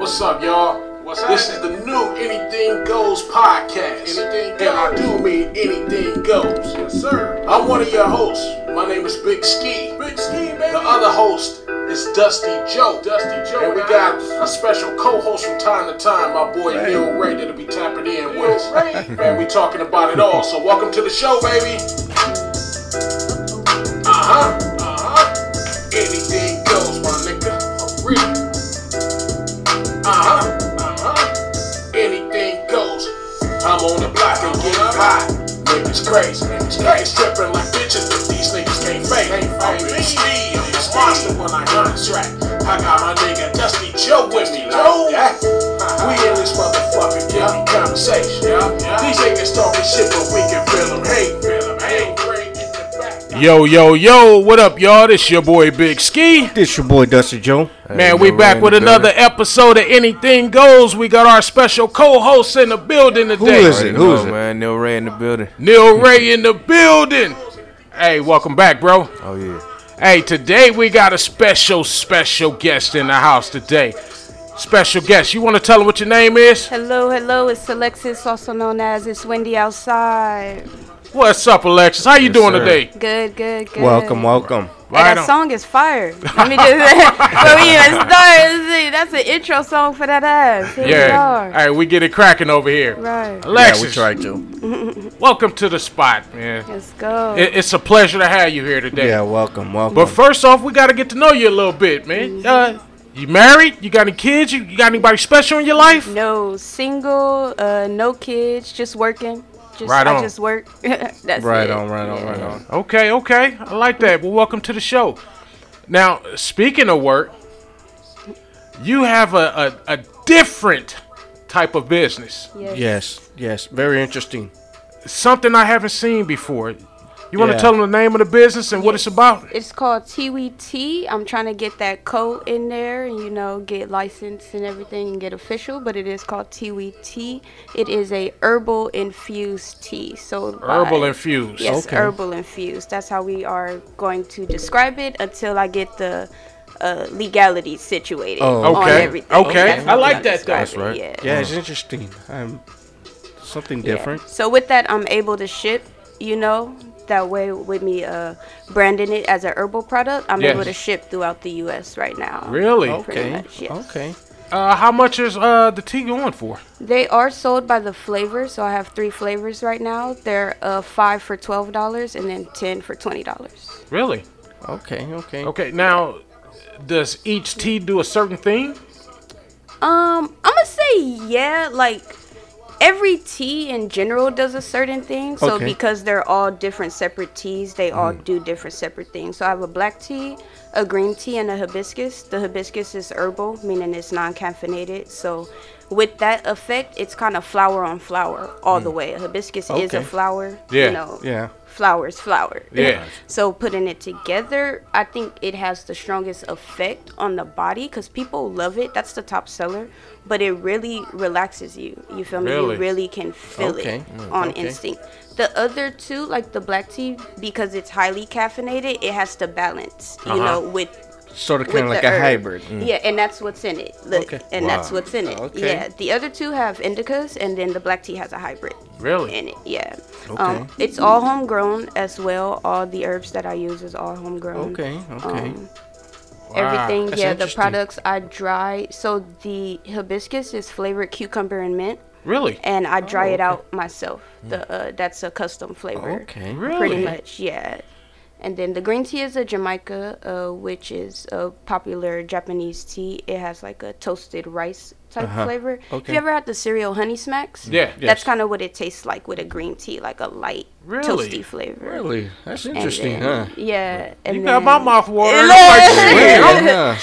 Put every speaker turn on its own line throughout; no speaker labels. What's up, y'all?
What's
This is the new Anything Goes podcast.
Anything
and I do mean anything goes.
Yes, sir.
I'm one of your hosts. My name is Big Ski.
Big scheme, baby.
The other host is Dusty Joe.
Dusty Joe.
And we got a special co-host from time to time, my boy
Hey.
Bill Ray, that'll be tapping in with
Bill
us.
Ray.
And we talking about it all. So welcome to the show, baby. Uh huh. Uh huh. Anything goes, my nigga. For real. Uh huh. Uh huh. Anything goes. I'm on the block and getting hot. Niggas crazy. Niggas tripping like bitches, but these niggas can't fake. I'm Big Steve. I'm responsible when I contract. I got my nigga Dusty Joe with me like that. We in this motherfucker, yeah, conversation. These niggas talking shit, but we can feel them hate. Feel them hate.
Yo, yo, yo, what up, y'all? This your boy Big Ski.
This your boy Dusty Joe.
Man, we back with another episode of Anything Goes. We got our special co-host in the building today.
Who is it?
Already
Who
know,
is it?
man? Neil Ray in the building.
Neil Ray in the building. Hey, welcome back, bro.
Oh yeah.
Hey, today we got a special, special guest in the house today. Special guest. You want to tell him what your name is?
Hello, hello, it's Alexis, also known as It's Windy Outside.
What's up, Alexis? How you doing
sir.
today?
Good, good, good.
Welcome, welcome.
Hey,
Right
that
on.
song is fire. Let me just before we even start, see, that's an intro song for that ass. Here
Yeah.
we are.
Hey, we get it cracking over here.
Right.
Alexis,
to.
welcome to the spot, man.
Let's go.
It- it's a pleasure to have you here today.
Yeah, welcome, welcome.
But first off, we got to get to know you a little bit, man. Uh, you married? You got any kids? You, you got anybody special in your life?
no single, uh, no kids, just working. Just,
Right
I
on.
just work. that's
right
it.
on, right on, right on.
Okay, okay. I like that. Well, welcome to the show. Now, speaking of work, you have a, a, a different type of business.
Yes.
Yes, yes, very interesting.
Something I haven't seen before. You want to
Yeah.
tell them the name of the business and what it's about?
It's called Tiwi Tea. I'm trying to get that code in there and you know get licensed and everything and get official. But it is called Tiwi Tea. It is a herbal infused tea. So
Herbal
by-
infused.
Yes,
Okay.
herbal infused. That's how we are going to describe it until I get the uh, legality situated
Oh,
on
okay.
everything.
Okay.
That's how
I
we
like
gonna
that, though.
describe
That's
it,
right.
Yeah.
Yeah, it's interesting. Um, something
Yeah.
different.
So with that, I'm able to ship. You know, that way with me uh, branding it as a herbal product, I'm
Yes.
able to ship throughout the U.S. right now.
Really?
Pretty much, yes.
okay.
Uh, how much is uh, the tea going for?
They are sold by the flavor, so I have three flavors right now. They're uh, five for twelve dollars, and then ten for twenty dollars.
Really?
Okay, okay.
Okay, now, does each tea do a certain thing?
Um, I'm gonna say yeah, like every tea in general does a certain thing. So
Okay. Mm-hmm.
because they're all different separate teas, they all do different separate things. So I have a black tea, a green tea, and a hibiscus. The hibiscus is herbal, meaning it's non-caffeinated. So with that effect, it's kind of flower on flower all the way. A hibiscus is a
Mm. Okay.
flower.
Yeah.
You know,
Yeah.
flowers flower
Yeah.
so putting it together i think it has the strongest effect on the body because people love it that's the top seller but it really relaxes you you feel me
Really?
you really can feel
Okay.
it
Mm,
on
okay.
instinct the other two like the black tea because it's highly caffeinated it has to balance you
Uh-huh.
know with
Sort of kind of
with
like
the
a
herb.
hybrid. Mm.
Yeah, and that's what's in it. Look,
Okay.
and that's what's in it.
Okay.
Yeah, the other two have indicas, and then the black tea has a hybrid.
Really?
In it, yeah.
Okay.
Um, it's all homegrown as well. All the herbs that I use is all homegrown.
Okay, okay.
Um, Everything,
That's
yeah. The
interesting.
products I dry. So the hibiscus is flavored cucumber and mint,
Really?
and I dry it out myself. The uh, that's a custom flavor
Oh, okay.
Really?
pretty much yeah and then the green tea is a jamaica uh, which is a popular japanese tea it has like a toasted rice type flavor if
Okay.
you ever had the cereal honey smacks
Uh-huh. Yeah.
Yes.
that's kind of what it tastes like with a green tea like a light
Really?
toasty flavor
Really? That's
And
interesting,
then-
huh?
yeah and
You got my
then-
mouth watering.
Look.
I'm like,
Really, huh?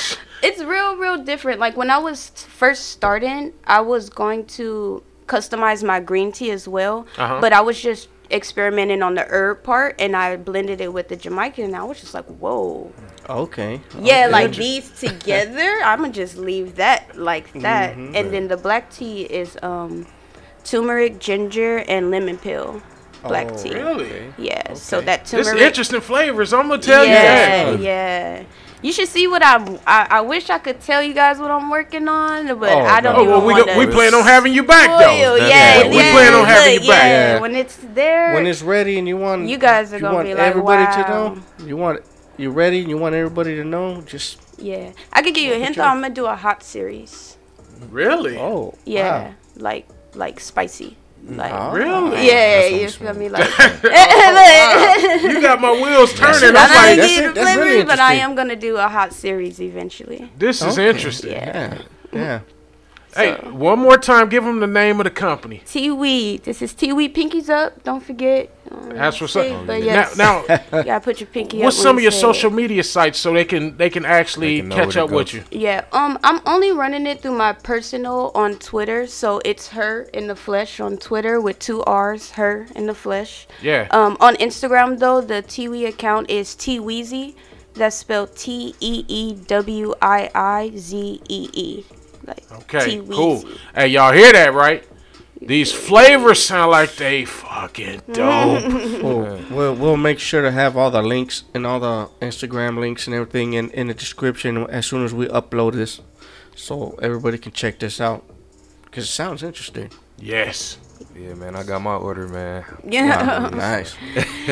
it's real real different like when i was first starting i was going to customize my green tea as well
Uh-huh.
but i was just experimenting on the herb part and i blended it with the jamaican and i was just like whoa
Okay. Oh,
yeah
okay.
like these together i'ma just leave that like
Mm-hmm.
that and then the black tea is um turmeric ginger and lemon peel black
Oh,
tea.
Really?
okay.
Yeah. So
Okay.
that
It's
turmeric.
interesting flavors. I'm gonna tell
yeah,
you that.
yeah. You should see what I'm. I, I wish I could tell you guys what I'm working on, but
Oh,
I don't
no.
Oh
even
well, we
want
go, we
to.
plan on having you back though.
Spoil.
That's
yeah,
right.
yeah,
We plan
on having
look,
you back.
Yeah,
Yeah.
when it's there,
When it's ready and you want
You guys are
you
gonna
want
be like,
everybody
wow.
to know. You want you're ready and you want everybody to know. Just
yeah. I could give you a hint. though. I'm gonna do a hot series.
Really?
oh
Yeah,
wow.
like like spicy. Like
Ah,
Really?
yeah,
that's what
you
I'm saying.
feel me? Like
You got my wheels turning.
I'm
I'm
That's
not
like,
right.
gonna
That's
give you
it.
the
That's really
flavors, but I
interesting.
am gonna do a hot series eventually.
this is
Okay.
interesting.
Yeah. Yeah.
Hey, one more time, give them the name of the company.
Tea weed. E. This is tea weed. Pinkies up. Don't forget. Um,
That's what's
see,
up.
But
Now,
yes,
now
you gotta put your pinky up.
what's
when
some of your
you say it.
social media sites so they can they can actually
They can know
catch
where to
up
go
with
to.
you?
Yeah, um, I'm only running it through my personal on Twitter, so it's her in the flesh on Twitter with two R's, her in the flesh.
Yeah.
Um, on Instagram though, the Tiwi account is Tiweezy. That's spelled T E E W I I Z E E. Like E
Okay,
Tiweezy.
cool. Hey, y'all hear that right? These flavors sound like they fucking dope.
Well, we'll we'll make sure to have all the links and all the Instagram links and everything in, in the description as soon as we upload this, so everybody can check this out because it sounds interesting.
yes.
Yeah, man, I got my order, man.
Yeah.
nice.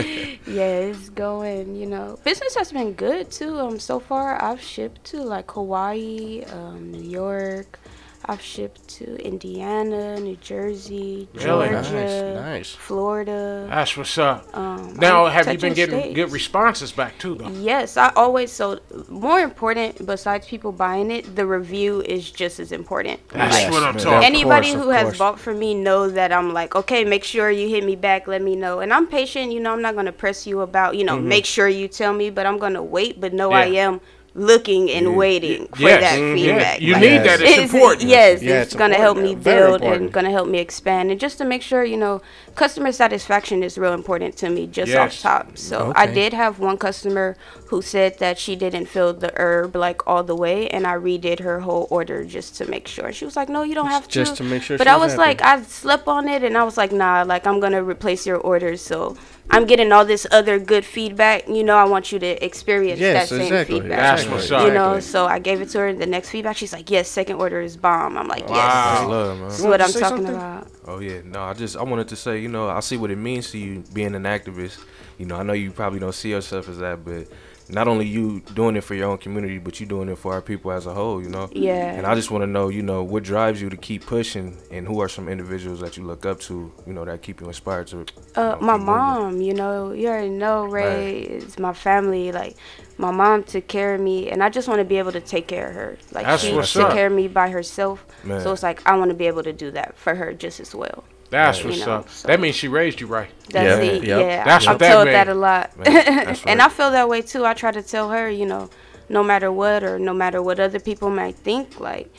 yeah, it's going. You know, business has been good too. Um, so far I've shipped to like Hawaii, um, New York. I've shipped to Indiana, New Jersey,
Really?
Georgia,
Nice, nice.
Florida.
That's what's up.
Um,
Now,
I'm
have you been
touching
getting
states.
good responses back too, though?
Yes, I always so more important besides people buying it, the review is just as important.
That's
Like,
what I'm
man.
talking.
Any-
Anybody
course,
who
of
has
course.
bought from me know that I'm like, okay, make sure you hit me back, let me know. And I'm patient, you know, I'm not gonna press you about, you know, make sure you tell me, but I'm gonna wait, but no I
Yeah.
am looking and waiting for
yes.
that
Mhm.
feedback.
You
Like,
need that. It's important.
Yes,
Yeah,
it's,
it's
gonna help
important.
me
Very
build and
important.
gonna help me expand. And just to make sure, you know, customer satisfaction is real important to me just
Yes.
off top. So I
Okay.
did have one customer who said that she didn't fill the herb like all the way and I redid her whole order just to make sure. She was like, No, you don't have to
Just to make sure
But
she
I
was
was like, I slept on it and I was like, nah, like I'm gonna replace your order so I'm getting all this other good feedback. You know, I want you to experience
Yes,
that same
exactly.
feedback.
That's
exactly.
what's up.
You know, so I gave it to her. and The next feedback, she's like, "Yes, second order is bomb." I'm like, "Yes,
That's
Wow.
love, man.
this is
You wanted
what
to
I'm
say
talking
something?
about."
Oh yeah, no, I just I wanted to say, you know, I see what it means to you being an activist. You know, I know you probably don't see yourself as that, but not only you doing it for your own community, but you doing it for our people as a whole. You know.
Yeah.
And I just want to know, you know, what drives you to keep pushing, and who are some individuals that you look up to, you know, that keep you inspired to. you know,
Uh,
keep
my
moving?
mom, you know, you already know, Ray. It's my family. Like, my mom took care of me, and I just want to be able to take care of her. Like,
That's
she
what's
took
up.
care of me by herself,
Man.
so it's like I want to be able to do that for her just as well.
That's
You
what's
know,
up.
so-
That means she raised you right.
That's
Yeah.
it.
Yep.
Yeah,
That's
I'm
what that
told
meant.
that a lot,
Man, that's
and
right.
I feel that way too. I try to tell her, you know, no matter what or no matter what other people might think, like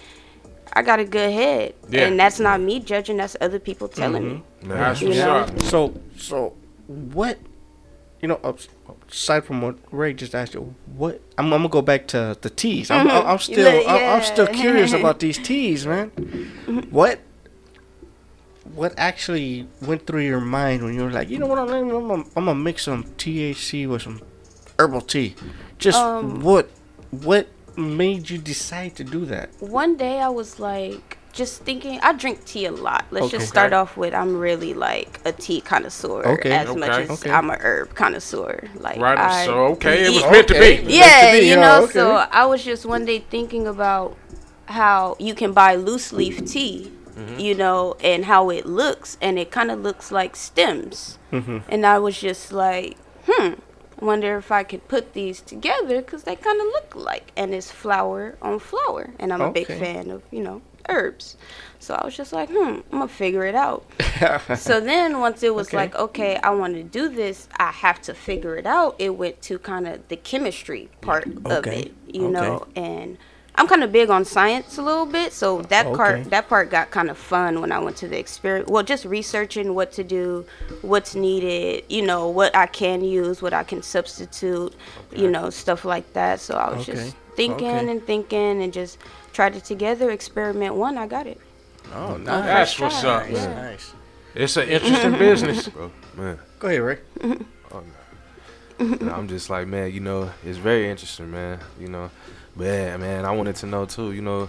I got a good head,
Yeah. Mm-hmm.
and that's not me judging. That's other people telling me.
Man,
That's
You
what's
know?
up.
So, so what? You know, ups- aside from what Ray just asked you, what? I'm, I'm gonna go back to the teas. I'm, I'm, I'm still,
Mm-hmm. look-
I'm, I'm still
yeah. Mm-hmm.
curious about these teas, man. What? What actually went through your mind when you were like, you know what, I'm, gonna- I'm, gonna- I'm gonna mix some THC with some herbal tea. Just
Um,
what? What made you decide to do that?
one day I was like just thinking I drink tea a lot. Let's
Okay.
just start off with I'm really like a tea connoisseur
Okay,
as
okay,
much as
okay.
I'm a herb connoisseur. Like
Right.
I,
so okay, it was
Yeah.
meant to
Okay.
be.
Yeah,
Meant to be,
you
huh?
know,
Okay.
so I was just one day thinking about how you can buy loose leaf tea,
Mm-hmm.
you know, and how it looks and it kind of looks like stems.
Mm-hmm.
And I was just like, hmm, I wonder if I could put these together cuz they kind of look like and it's flower on flower and I'm a big
Okay.
fan of, you know, herbs. So I was just like, hmm, I'm going to figure it out so then once it was
Okay.
like okay i want to do this i have to figure it out it went to kind of the chemistry part of
Okay.
it you
Okay.
know and i'm kind of big on science a little bit so that
Okay.
part that part got kind of fun when i went to the experiment well just researching what to do what's needed you know what i can use what i can substitute you know stuff like that so i was
Okay.
just thinking
Okay.
and thinking and just tried it together experiment one i got it
Oh,
on
nice.
That's
first
what's
try.
up.
Yeah.
Nice.
It's an interesting business.
bro. Man,
Go ahead, Rick.
And I'm just like, man, you know, it's very interesting, man. You know, but yeah, man, I wanted to know too. You know,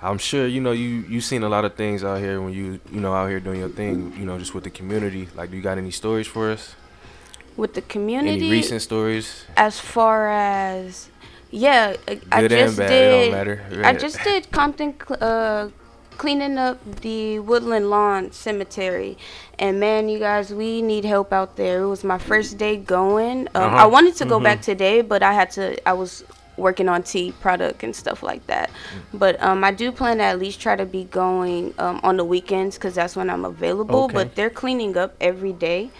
I'm sure you know you you seen a lot of things out here when you you know out here doing your thing. You know, just with the community. Like, do you got any stories for us?
With the
Any
community,
recent stories?
as far as yeah, I
Good and
just
bad, it don't
did.
matter. Yeah.
I just did Compton cl- uh, cleaning up the Woodland Lawn Cemetery, and man, you guys, we need help out there. It was my first day going. Um, I
Uh-huh.
wanted to go back
Mm-hmm.
today, but I had to. I was working on tea product and stuff like that.
Mm.
But um, I do plan to at least try to be going um, on the weekends because that's when I'm available.
Okay.
But they're cleaning up every day,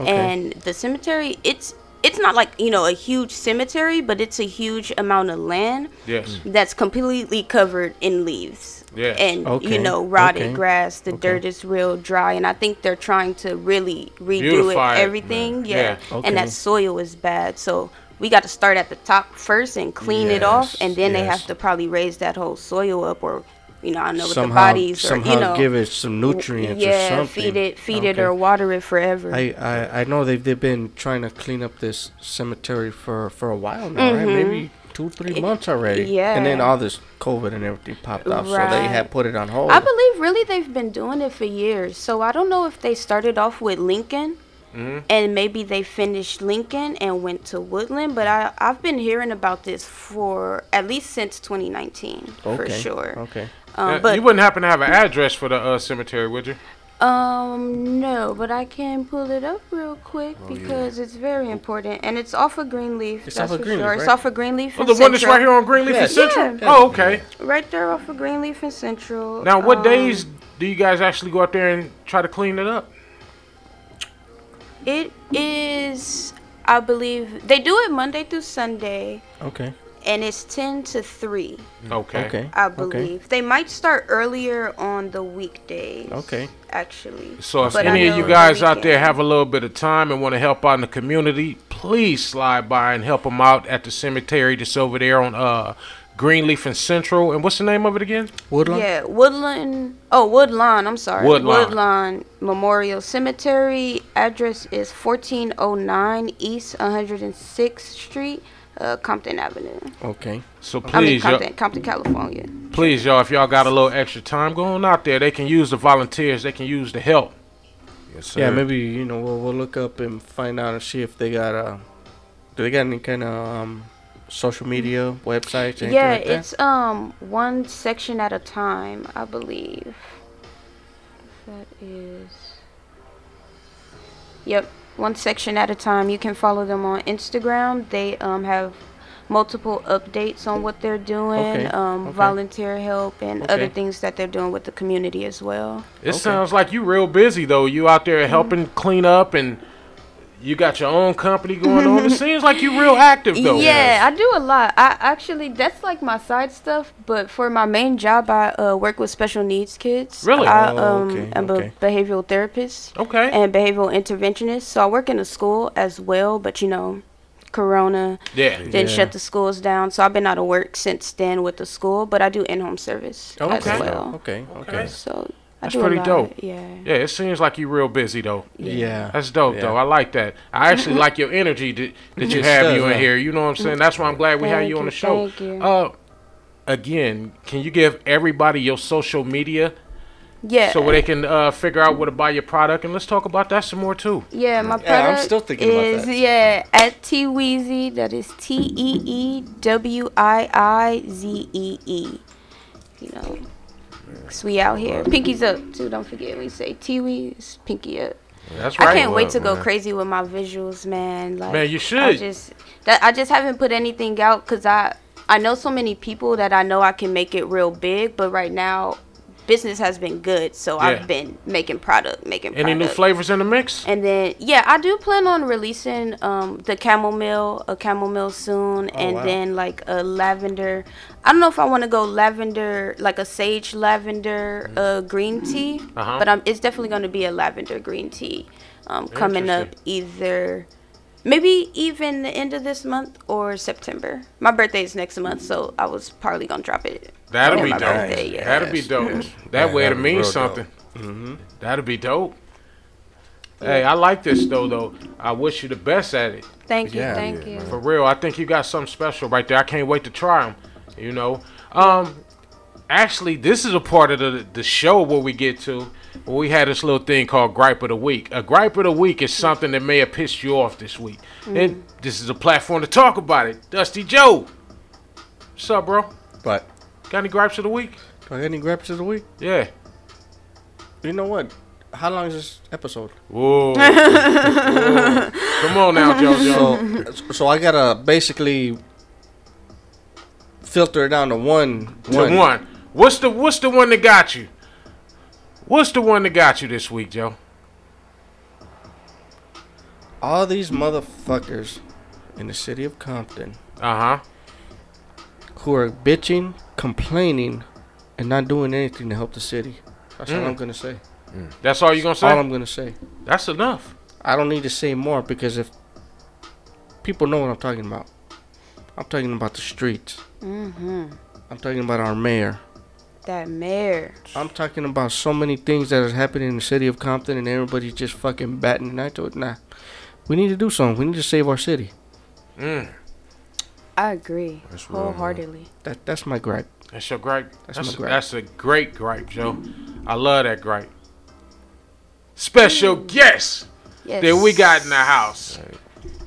Okay.
and the cemetery it's. It's not like you know a huge cemetery, but it's a huge amount of land
Yes.
that's completely covered in leaves.
Yeah.
And
Okay,
you know, rotted
okay,
grass, the dirt is real dry and I think they're trying to really redo
Beautify it,
it everything.
man.
Yeah.
Yeah.
And
Okay.
that soil is bad. So we got to start at the top first and clean it off
Yes,
and then they
yes.
have to probably raise that whole soil up or you know, I don't know with the
somehow,
bodies or
somehow
you know
give it some nutrients
yeah,
or something.
feed it feed it
Okay.
or water it forever.
I, I, I know they've, they've been trying to clean up this cemetery for, for a while now, right? Maybe two, three months already. And then
Mm-hmm. yeah.
all this COVID and everything popped off, so they
Right.
had put it on hold.
I believe really they've been doing it for years. So I don't know if they started off with Lincoln
Mm-hmm.
and maybe they finished Lincoln and went to Woodland, but I, I've been hearing about this for at least since 2019 for
Okay,
sure.
Okay.
Um,
Uh,
but
you wouldn't happen to have an address for the uh, cemetery, would you?
um no, but I can pull it up real quick
Oh,
because it's very important and it's off of Greenleaf.
It's
that's
off of
for
Greenleaf,
sure. It's
right?
off of Greenleaf.
Oh,
and
the one that's
Central.
right here on Greenleaf and
Yeah.
Central.
Yeah.
Oh, okay.
Right there off of Greenleaf and Central.
Now, what
Um,
days do you guys actually go out there and try to clean it up?
It is, I believe, they do it Monday through Sunday,
Okay.
and it's 10 to 3,
Okay.
Okay.
I believe. They might start earlier on the weekdays.
Okay.
Actually.
So, if
But I
any of
know
you
the
guys out there
weekend-
have a little bit of time and want to help out in the community, please slide by and help them out at the cemetery that's over there on uh, Greenleaf and Central. And what's the name of it again?
Woodland?
Yeah, Woodland. Oh, Woodlawn. I'm sorry.
Woodlawn.
Woodlawn Memorial Cemetery. Address is 1409 East 106th Street, uh, Compton Avenue.
Okay.
So
I mean
please, uh, y'all-
Compton, Compton, California.
please, y'all, if y'all got a little extra time, go on out there. They can use the volunteers. They can use the help.
Yes,
Yeah,
sir.
maybe, you know, we'll, we'll look up and find out and see if they got, uh, do they got any kind of um, social media websites? anything
yeah,
like that?
it's um one section at a time, I believe. That is. Yep, one section at a time. You can follow them on Instagram. They um have multiple updates on what they're doing,
Okay,
um
okay.
volunteer help and other
Okay.
things that they're doing with the community as well.
It sounds like you real busy though. You out
Mm-hmm.
there helping clean up and you got your own company going on. It seems like you real active though.
Yeah, I do a lot. I actually that's like my side stuff, but for my main job, I uh, work with special needs kids.
Really?
I um,
Oh, okay,
am
okay.
a behavioral therapist
Okay.
and behavioral interventionist. So I work in a school as well, but you know, Corona
yeah.
didn't
Yeah.
shut the schools down, so I've been out of work since then with the school. But I do in-home service as
Oh, Okay.
well.
Okay.
Okay.
Okay.
So I
That's
do a
pretty
lot,
dope.
Yeah.
Yeah, it seems like you real busy though.
Uh,
Yeah.
That's dope
Yeah.
though. I like that. I actually like your energy that, that you
It
have
does,
you in
huh?
here. You know what I'm saying? That's why I'm glad we had
Thank
you on
you,
the show.
thank you.
Uh again, can you give everybody your social media
Yeah.
so where they can uh, figure out where to buy your product and let's talk about that some more too.
Yeah, my product
Yeah, I'm still thinking about
is
that.
yeah at T Weezy. That is T E E W I I Z E E. You know, 'cause we out here. Pinkies up too. Don't forget we say T Weez, pinky up.
That's right.
I can't wait to go
man.
crazy with my visuals, man. Like,
Man, you
I
should.
just that I just haven't put anything out because I I know so many people that I know I can make it real big, but right now business has been good, so
Yeah.
I've been making product, making
Any new
product.
flavors in the mix?
And then yeah, I do plan on releasing um the chamomile, a chamomile soon, and
wow.
then like a lavender. I don't know if I want to go lavender, like a sage lavender uh green tea,
Uh-huh.
but um it's definitely going to be a lavender green tea um coming up either maybe even the end of this month or September. My birthday is next month, so I was probably going to drop it.
That'll
on
be
my
dope.
birthday, yeah.
That'll be dope. Mm-hmm. That way
that'd
it'll
be
mean
real
something. That'll be dope. Hey, I like this though. Though I wish you the best at it.
Thank you,
Yeah.
thank you.
For real, I think you got something special right there. I can't wait to try them. You know, um, actually, this is a part of the the show where we get to where we had this little thing called gripe of the week. A gripe of the week is something that may have pissed you off this week, and this is a platform to talk about it. Dusty Joe, what's up, bro?
But
Got any gripes of the week?
do I got any gripes of the week?
Yeah.
You know what? How long is this episode?
Whoa. Whoa. Come on now, JoJo.
So, so I gotta basically filter it down to one.
One.
one.
one. What's the What's the one that got you? What's the one that got you this week, Joe?
All these motherfuckers in the city of Compton
Uh huh.
who are bitching, complaining, and not doing anything to help the city. That's all
Mm.
I'm gonna say.
That's all you gonna say?
all I'm gonna say.
That's enough.
I don't need to say more because if people know what I'm talking about, I'm talking about the streets.
hmm
I'm talking about our mayor.
That mayor.
I'm talking about so many things that is happening in the city of Compton, and everybody's just fucking batting an eye to it. Nah, we need to do something. We need to save our city.
Mm.
I agree
That's real, man.
wholeheartedly.
That that's my gripe.
That's your gripe.
That's
That's
my
that's,
gripe.
a great gripe, Joe. I love that gripe. Special guest
Yes.
that we got in the house.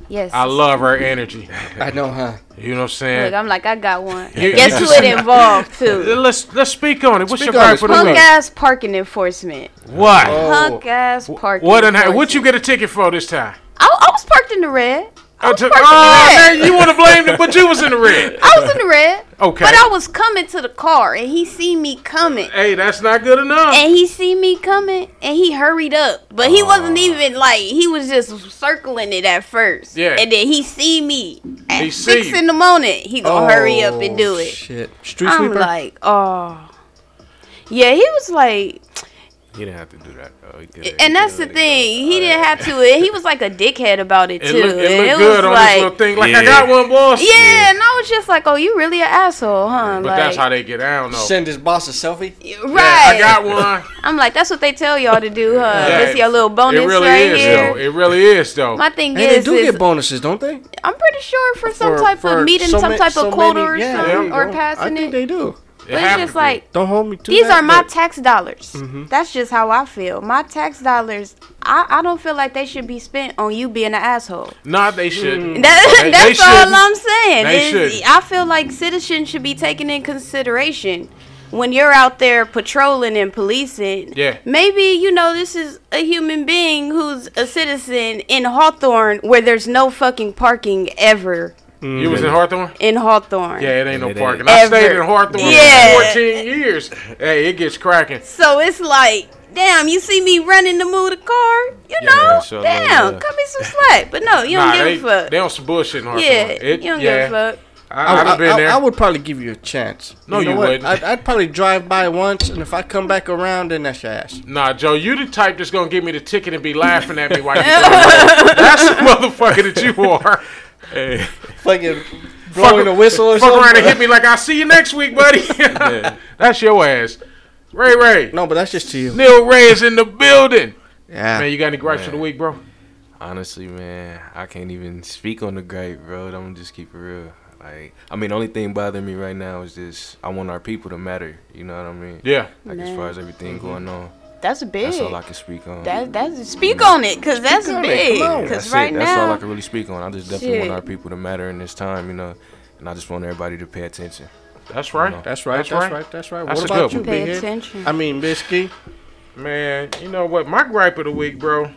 Yes.
I love her energy.
I know, huh?
You know what I'm
Look,
saying?
I'm like, I got one.
You-
Guess
you
who
just-
it involved too?
Let's let's speak on it. What's
Speak
your
on
gripe
it,
for the
Punk
week?
ass parking enforcement.
What?
Oh.
Punk ass parking.
what in hell?
enforcement.
What you get a ticket for this time?
I, I was parked in the red. I
Oh,
was
t-
parked
oh,
in the red.
man, you want to blame them, but you was in the red.
I was in the red.
Okay.
But I was coming to the car, and he see me coming.
Hey, that's not good enough.
and he see me coming and he hurried up but he wasn't
Oh.
even like he was just circling it at first
Yeah.
and then he see me at
He see Oh,
six
you.
in the morning he gonna hurry up and do it
Oh, Shit, street
i'm
sweeper.
like oh yeah he was like
He didn't have to do that. Though. He could- he
and that's the
could-
thing he didn't have to and he was like a dickhead about it too
It looked it
And
look
it
good
was
on this
like
little thing. Like I
Yeah.
got one, boss.
yeah, and I was just like, "Oh, you really an asshole, huh?"
But
like,
that's how they get down, though.
Send his boss a selfie.
right?
Yeah, I got one.
am like, that's what they tell y'all to do, huh?
Yeah,
this your little bonus
it really
right
is,
here.
though. It really is, though.
My thing
Hey,
is,
they do
is
get bonuses, don't they?
I'm pretty sure for some
For-
type
for
of meeting,
so
some
ma-
type
so
of quota
many-
or
yeah, there
something,
you
or
go. I
passing
think
it.
they do.
It
But it's
happened Mm-hmm.
just
to
like
Don't hold me to
these
that,
are my
but
tax dollars. That's just how I feel. My tax dollars, I, I don't feel like they should be spent on you being an asshole.
me. Nah, they shouldn't.
Mm. That,
They-
that's
they
all
shouldn't.
I'm saying.
They
is
shouldn't.
I feel like citizens should be taken in consideration when you're out there patrolling and policing.
Yeah.
Maybe you know this is a human being who's a citizen in Hawthorne where there's no fucking parking ever
You
Mm. Mm-hmm.
was in Hawthorne?
in Hawthorne.
Yeah, it ain't no
It ain't.
parking. I stayed
Ever.
in Hawthorne
Yeah.
for 14 years. Hey, it gets cracking.
So it's like, damn, you see me running to move the car, you
Yeah,
know?
sure,
damn,
yeah.
cut me some slack. But no, you
nah,
don't give
they,
a fuck.
they on some bullshit in Hawthorne.
yeah,
It-
you don't
yeah.
give a fuck.
I,
I,
I'd have
I-
been there.
I would probably give you a chance.
No,
know
you
what?
wouldn't.
I'd, I'd probably drive by once, and if I come back around, then that's your ass.
Nah, Joe, you the type that's gonna give me the ticket and be laughing at me while you. that's the motherfucker that you are. Hey.
Fucking blowing a whistle or
Fuck
something.
around and hit me like I'll see you next week, buddy. That's your ass. Ray Ray.
No, but that's just to you.
Neil Ray is in the building.
Yeah.
Man, you got any gripes for the
Man.
week, bro?
Honestly, man, I can't even speak on the gripe, bro. I'm gonna just keep it real. Like, I mean, the only thing bothering me right now is just I want our people to matter. You know what I mean?
Yeah.
Like as far as everything going on,
That's big.
that's all I can speak on.
Mm-hmm. That that's speak on it, cause that's
on it,
big.
come on.
Cause
that's
right
it. That's all I
now,
can really speak on. I just definitely
Shit.
want our people to matter in this time, you know. And I just want everybody to pay attention.
That's right.
That's right. That's,
That's
right.
right.
That's right.
That's
what
a
about
good
you,
one.
Pay
big head?
attention.
I mean, Bisky.
Man, you know what? My gripe of the week, bro,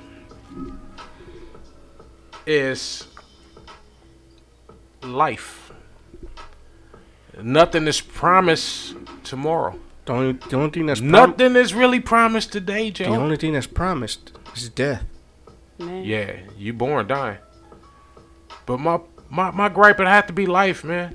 is life. Nothing is promised tomorrow.
The only, the only thing that's prom-
Nothing is really promised today,
the
Joe.
only thing that's promised is death.
man.
Yeah, you born dying. But my my my gripe would have to be life, man.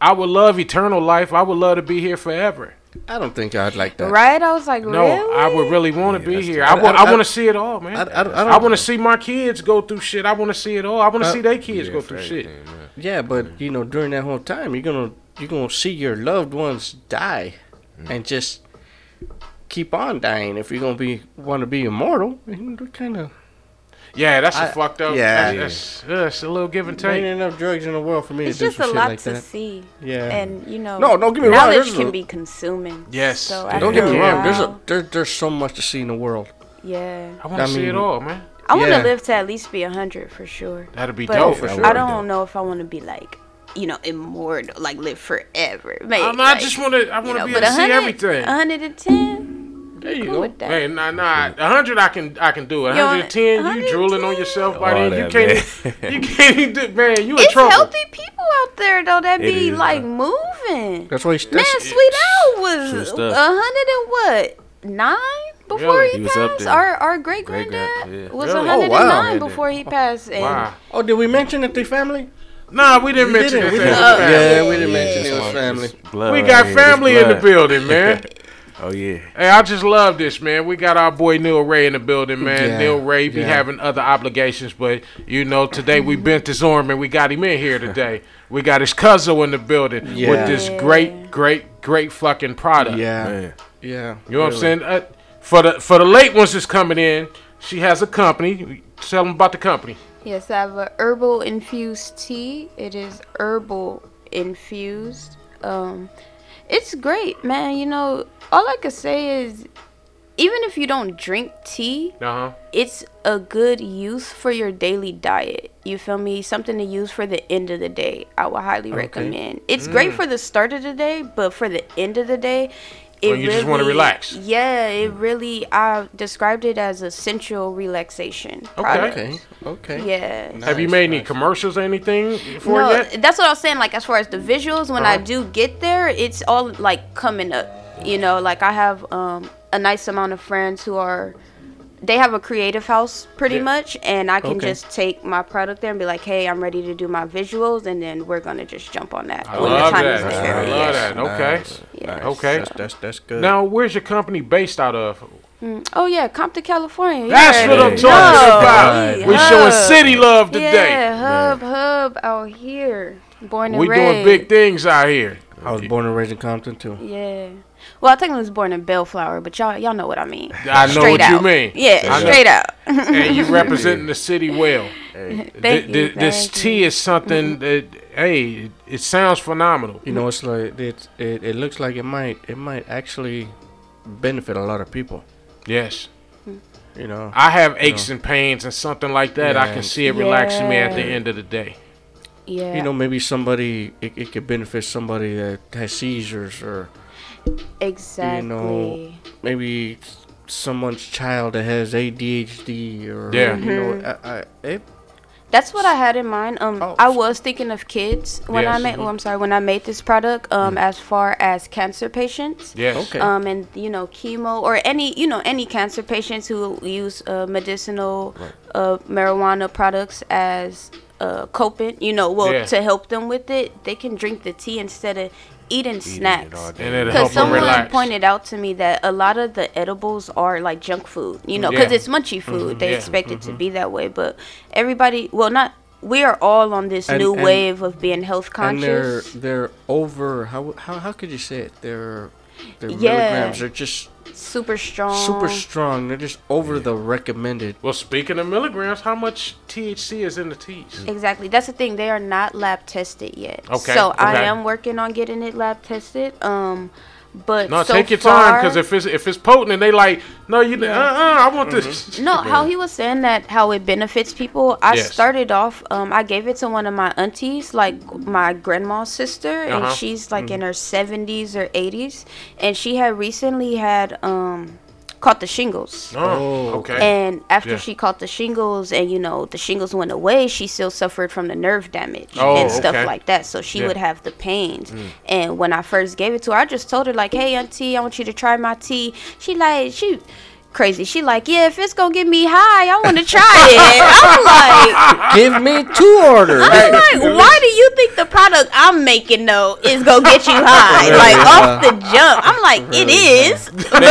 I would love eternal life. I would love to be here forever.
I don't think I'd like that.
Right? I was like,
No,
really?
I would really want
Yeah,
to be
that's
here.
true.
I
I-
want
I-
I,
I-
want to see it all, man.
I, I, I, don't,
I want to see my kids go through shit. I want to see it all. I want to
Uh,
see their kids
Yeah,
go
for
through shit.
everything, man.
Yeah, but you know, during that whole time, you're gonna you're gonna see your loved ones die, and just keep on dying if you're gonna be want to be immortal. Kind of
Yeah, that's a
I-
fucked up.
yeah.
that's, that's, that's a little give and
There ain't
take.
enough drugs in the world for me
It's
to do
just a
some shit
lot
like
to
that.
see.
Yeah.
And you know,
No, don't get me wrong,
knowledge
there's
can
a-
be consuming.
Yes,
So
yeah.
after
Don't get me
a
wrong. There's a
while-
there, there's so much to see in the world.
yeah.
I want
I
to see it
mean-
all, man.
I want to
Yeah.
live to at least be 100 for sure.
That'd be
But
dope.
for
I
sure.
don't know if I want to be like, you know, immortal, like live forever. Maybe,
I, mean, I
like,
just want to. I want
you
to
know,
be
but
able to see
100
everything.
110.
There you
cool
go.
with that.
Hey, nah, nah. A hundred, I can, I can do it. A
Yo,
hundred and ten, you
110?
drooling on yourself by
All
then. You
that,
can't,
man.
you can't, even do, man. You in
It's
trouble.
healthy people out there though that
It
be
is,
like moving.
That's why.
Man,
That's,
Sweet Al
True
was
stuff.
a hundred and what nine before
Really?
he,
He was up
passed.
there.
Our our great
Great-grand-
granddad
yeah.
was a
Really?
hundred
Oh,
and
wow.
nine before he passed. And
Wow.
oh, did we mention the three family?
Nah, we didn't mention that.
didn't. We
family.
didn't.
Family.
Uh, Yeah, we didn't mention
It's
it was
all-
family.
it's blood
We
right
got
here. Oh, It's
family in the
blood.
building, man.
Oh yeah.
Hey, I just love this, man. We got our boy Neil Ray in the building, man.
Yeah,
Neil Ray be
yeah.
having other obligations, but you know, today we bent his arm and we got him in here today. We got his cousin in the building
Yeah.
with this great, great, great fucking product.
Yeah.
Man.
Yeah.
You know what I'm saying? Uh, for the for the late ones that's coming in, she has a company. Tell them about the company.
Yes, I have a herbal infused tea. It is herbal infused. Um, it's great, man. You know, all I could say is, even if you don't drink tea,
Uh huh.
it's a good use for your daily diet. You feel me? Something to use for the end of the day. I would highly recommend. It's
Mm.
great for the start of the day, but for the end of the day, it
When you just wanna
really-
relax. Mm.
Yeah, it really. I described it as essential relaxation. Product.
Okay. Okay.
Yeah.
Have you
Nice,
made any
nice.
commercials or anything for
no,
it yet?
that's what I was saying. Like as far as the visuals, when I
Uh-huh.
do get there, it's all like coming up. You know, like I have um, a nice amount of friends who are. They have a creative house pretty
Yeah.
much, and I can
Okay.
just take my product there and be like, "Hey, I'm ready to do my visuals," and then we're gonna just jump on that
I
when
love
the time
that.
is
I
there.
love
yeah.
that. Okay.
Yeah.
Okay.
That's, that's that's good.
Now, where's your company based out of?
Mm. Oh yeah, Compton, California.
That's
yeah.
what I'm
Hey.
talking about.
Hey,
We showing
hub.
city love
Yeah,
today.
hub, hub out here, born and
We doing
raised.
big things out here.
I was born and raised in Compton too.
Yeah. Well, I technically was born in Bellflower, but y'all y'all know what I mean.
I know
Straight
what you
out.
mean.
Yeah,
I know.
straight out.
And you representing the city well.
Thank
Th-
you.
th- this
thank
tea
you. Mm-hmm.
is something that hey, it, it sounds phenomenal.
You know, it's like it, it. It looks like it might. It might actually benefit a lot of people.
Yes.
You know.
I have aches and pains and something like that. I can
Yeah.
see it relaxing me at the
Yeah.
end of the day.
Yeah.
You know, maybe somebody. It, it could benefit somebody that has seizures, or
exactly.
maybe someone's child that has ADHD, or
Yeah.
You know,
Mm-hmm.
I, I, it,
That's what I had in mind. Um,
Oh.
I was thinking of kids when I
Yes. mm-hmm. Mm.
made. Well, I'm sorry, when I made this product. Um, as far as cancer patients.
Yes.
Okay.
Um, and you know, chemo or any you know any cancer patients who use uh, medicinal uh, marijuana products as uh, coping. You know, well
Yeah.
to help them with it, they can drink the tea instead of eating snacks.
all day.
And it'll help
Because
'em
someone
relax.
pointed out to me that a lot of the edibles are like junk food, you know,
Yeah.
because it's munchy food. They
yeah.
expect it to be that way, but everybody, well, not we are all on this
And-
new
and-
wave of being health
and they're
conscious.
they're over. How how how could you say it? They're they're
Yeah.
milligrams. They're just
Super strong.
super strong. They're just over the recommended.
Well, speaking of milligrams, how much THC is in the teas?
Exactly. That's the thing. They are not lab tested yet.
Okay,
So I
okay.
am working on getting it lab tested. Um, but
No,
so
take your
far,
time because if it's if it's potent and they like, no, you uh uh, I want this.
No, how he was saying that how it benefits people. I
Yes.
started off. Um, I gave it to one of my aunties, like my grandma's sister,
Uh-huh.
and she's like in her seventies or eighties, and she had recently had um caught the shingles.
Oh,
Oh,
okay.
And after
Yeah.
she caught the shingles, and you know the shingles went away, she still suffered from the nerve damage
Oh,
and stuff
okay.
like that. So she
Yeah. Mm.
would have the pains. And when I first gave it to her, I just told her like, "Hey, auntie, I want you to try my tea." She like she crazy. She like, "Yeah, if it's gonna get me high, I want to try it." I'm like.
Ah.
Give me two orders.
I'm like, why do you think the product I'm making though is gonna get you high? Like off the jump. I'm like, it is, but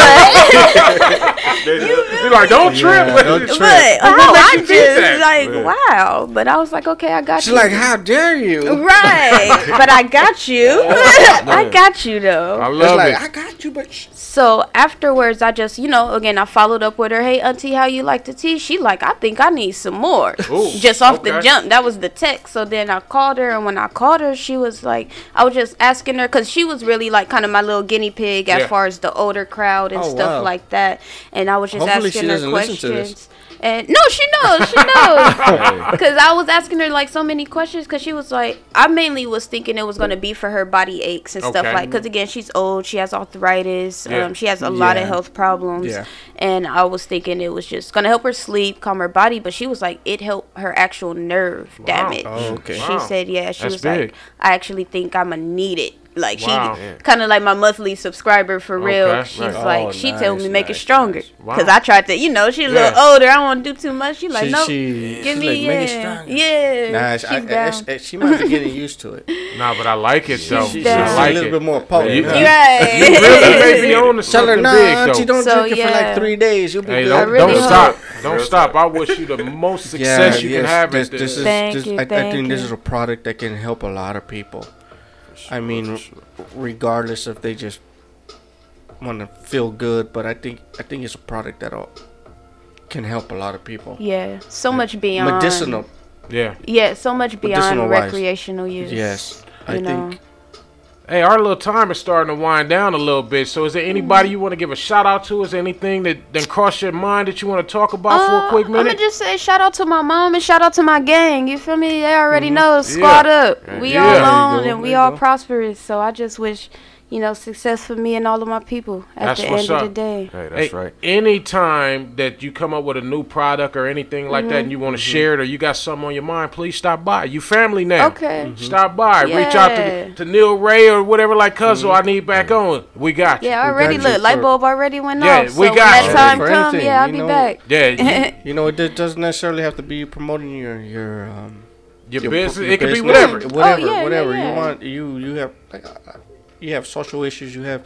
You're like, don't
Yeah,
trip.
don't
But
trip.
wow,
let
I
you
just
do that.
like wow. But I was like, okay, I got
She's
you.
like, how dare you?
right, but I got you. I got you
I
though.
It's
love
like,
it.
I got you, but sh-
So afterwards, I just you know again I followed up with her, "Hey, auntie, how you like the tea?" She like, "I think I need some more."
Ooh,
just off the
okay.
jump, that was the text. So then I called her, and when I called her, she was like, I was just asking her because she was really like kind of my little guinea pig as
Yeah.
far as the older crowd and
Oh,
stuff
wow.
like that. And I was just
Hopefully she
asking her
doesn't listen to this.
questions. And no, she knows, she knows, because I was asking her like so many questions. Because she was like, I mainly was thinking it was gonna be for her body aches and stuff
Okay.
like. Because again, she's old, she has arthritis,
Yeah.
um, she has a lot of
Yeah.
health problems,
Yeah.
and I was thinking it was just gonna help her sleep, calm her body. But she was like, it helped her actual nerve damage.
Oh, okay.
She
Wow.
said, yeah. She
That's
was
big.
like, I actually think I'ma need it. Like
Wow.
she kind of like my monthly subscriber for real.
Okay,
She's
right.
like,
Oh,
she told me
nice,
make it
nice,
stronger
nice.
because
Wow.
I tried to, you know, she's a little
Yeah.
older. I don't want to do too much. She like,
she,
no,
she, she's
give me
like,
yeah,
make it stronger.
yeah.
Nah,
she's
she, I, I,
down.
it's- it- she might be getting used to it.
Nah, but I like it though.
She's
down.
I like
a little
it.
bit more potent.
You-
huh?
you
right.
really may be on to
Tell her,
something
nah, auntie,
big though.
don't
So,
drink it for
yeah.
like three days. You'll be
Hey,
good.
don't,
really
don't
hope-
stop. Don't stop. I wish you the most success you can
yes,
have
This,
at
this is,
this.
Thank
this,
you,
I, I
thank
think this
you.
is a product that can help a lot of people. I mean, regardless if they just want to feel good, but I think I think it's a product that will can help a lot of people.
Yeah, so much beyond
Medicinal,
Yeah.
Yeah, so much beyond
Medicinal-wise.
recreational use.
yes. I
you know.
think
Hey, our little time is starting to wind down a little bit. So, is there
Mm.
anybody you want to give a shout out to? Is there anything that then crossed your mind that you want to talk about for a quick
I'm
minute?
gonna Uh, just say shout out to my mom and shout out to my gang. You feel me? They already know. Squad up. We
Mm-hmm. Yeah. There you
all on
go,
and we
there you
all
go.
prosperous. So I just wish, you know, success for me and all of my people at
That's
the
what's
end of the
up.
day.
Hey, that's
hey,
right.
Anytime that you come up with a new product or anything like that,
Mm-hmm.
and you want to share it, or you got something on your mind, please stop by. You family now. Mm-hmm.
Okay. Mhm.
Stop by. Reach out to,
Yeah. Mm-hmm.
to Neil Ray or whatever. Like, cuz I need back on. We got you.
Yeah, I already
you
look. Light
for-
bulb already went
Yeah,
off.
we
So when
got
that
you.
time
For
comes,
anything,
yeah, I'll
you
be
know.
back.
Yeah, you-
you know it do- doesn't necessarily have to be promoting your your um
your,
your
business.
your
it could be
business,
whatever.
Mm.
whatever,
Oh, yeah, yeah,
whatever
yeah.
you want. You you have like, uh, you have social issues. You have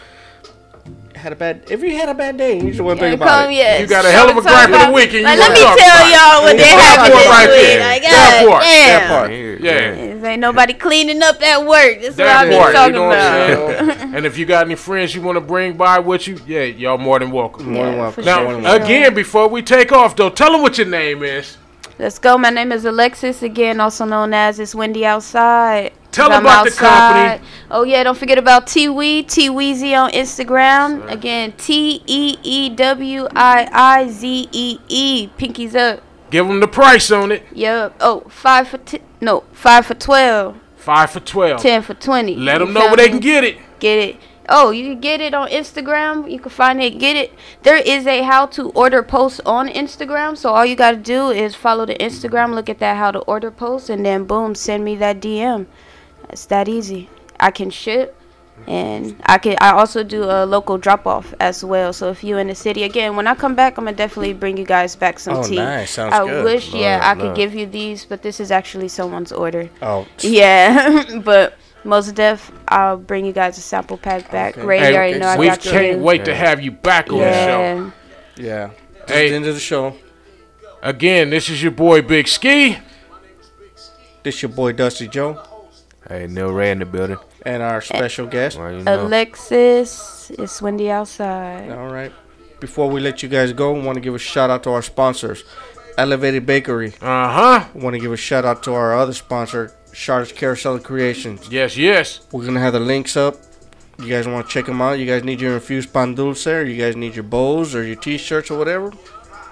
had a bad. If you had a bad day, you just want to think about
come,
it.
yeah.
You got a hell of a
Show me
gripe of the
something.
week, and you
Like,
wanna
let me
talk
tell
about it.
y'all what
Yeah,
did happen
that
this
part right
week.
there.
Like,
That
God
part.
damn.
That part.
Yeah.
Yeah.
This ain't nobody cleaning up at work. That's what
That
I've been
part,
talking
you know what
about.
I'm saying? and if you got any friends you want to bring by with you, yeah, y'all more than welcome.
More than
Yeah,
welcome.
for
Mm. more than
Now,
welcome.
again, before we take off, though, tell them what your name is.
Let's go. My name is Alexis, again, also known as It's Windy Outside.
Tell
'Cause I'm
about the company.
Oh, yeah, don't forget about T Wee, T Weezy on Instagram. Again, T E E W I I Z E E. Pinkies up.
Give them the price on it.
Yup. Oh, five for t- no, five for 12,
Five for twelve.
10 for 20.
Let
You
them know
feel
where they
me?
can get it.
Get it. Oh, you can get it on Instagram. You can find it. Get it. There is a how to order post on Instagram. So all you got to do is follow the Instagram, look at that how to order post, and then boom, send me that DM. It's that easy. I can ship. And I can I also do a local drop off as well. So if you in the city again, when I come back, I'm gonna definitely bring you guys back some
Oh,
tea.
nice. Sounds
I
good.
wish, yeah,
Love,
I could
love.
give you these, but this is actually someone's order.
Oh,
Yeah, but most def, I'll bring you guys a sample pack back.
Okay.
Ray,
Hey,
you already know I
we
got
can't
you.
wait to have you back on the show.
Yeah.
yeah. This
Hey.
is the end of the show.
Again, this is your boy Big Ski.
This your boy Dusty Joe
Hey, Neil Ray in the building.
and our
Eh.
special guest.
Well, you know.
Alexis, it's windy outside.
All right. Before we let you guys go, want to give a shout out to our sponsors, Elevated Bakery.
Uh huh.
Want to give a shout out to our other sponsor, Charles Carousel Creations.
Yes, yes.
We're gonna have the links up. You guys want to check them out? You guys need your infused pan dulce, or you guys need your bowls, or your t-shirts, or whatever.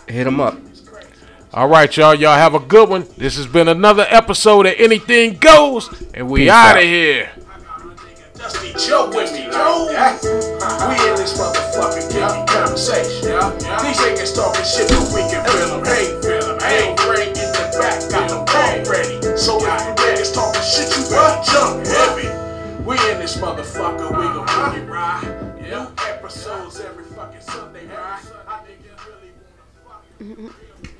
Hit them up.
All right, y'all. Y'all have a good one. This has been another episode of Anything Goes, and we
Peace
out of
out.
here.
Dusty Joe with me, yo. We in this motherfucking county conversation. These niggas talking shit, but we can feel them. Hey, feel them. Ain't brain in the back, got them already. So if you niggas talking shit, you better jump heavy. We in this motherfucker, we gon' make it right. New episodes every fucking Sunday, right? I niggas really wanna fuck.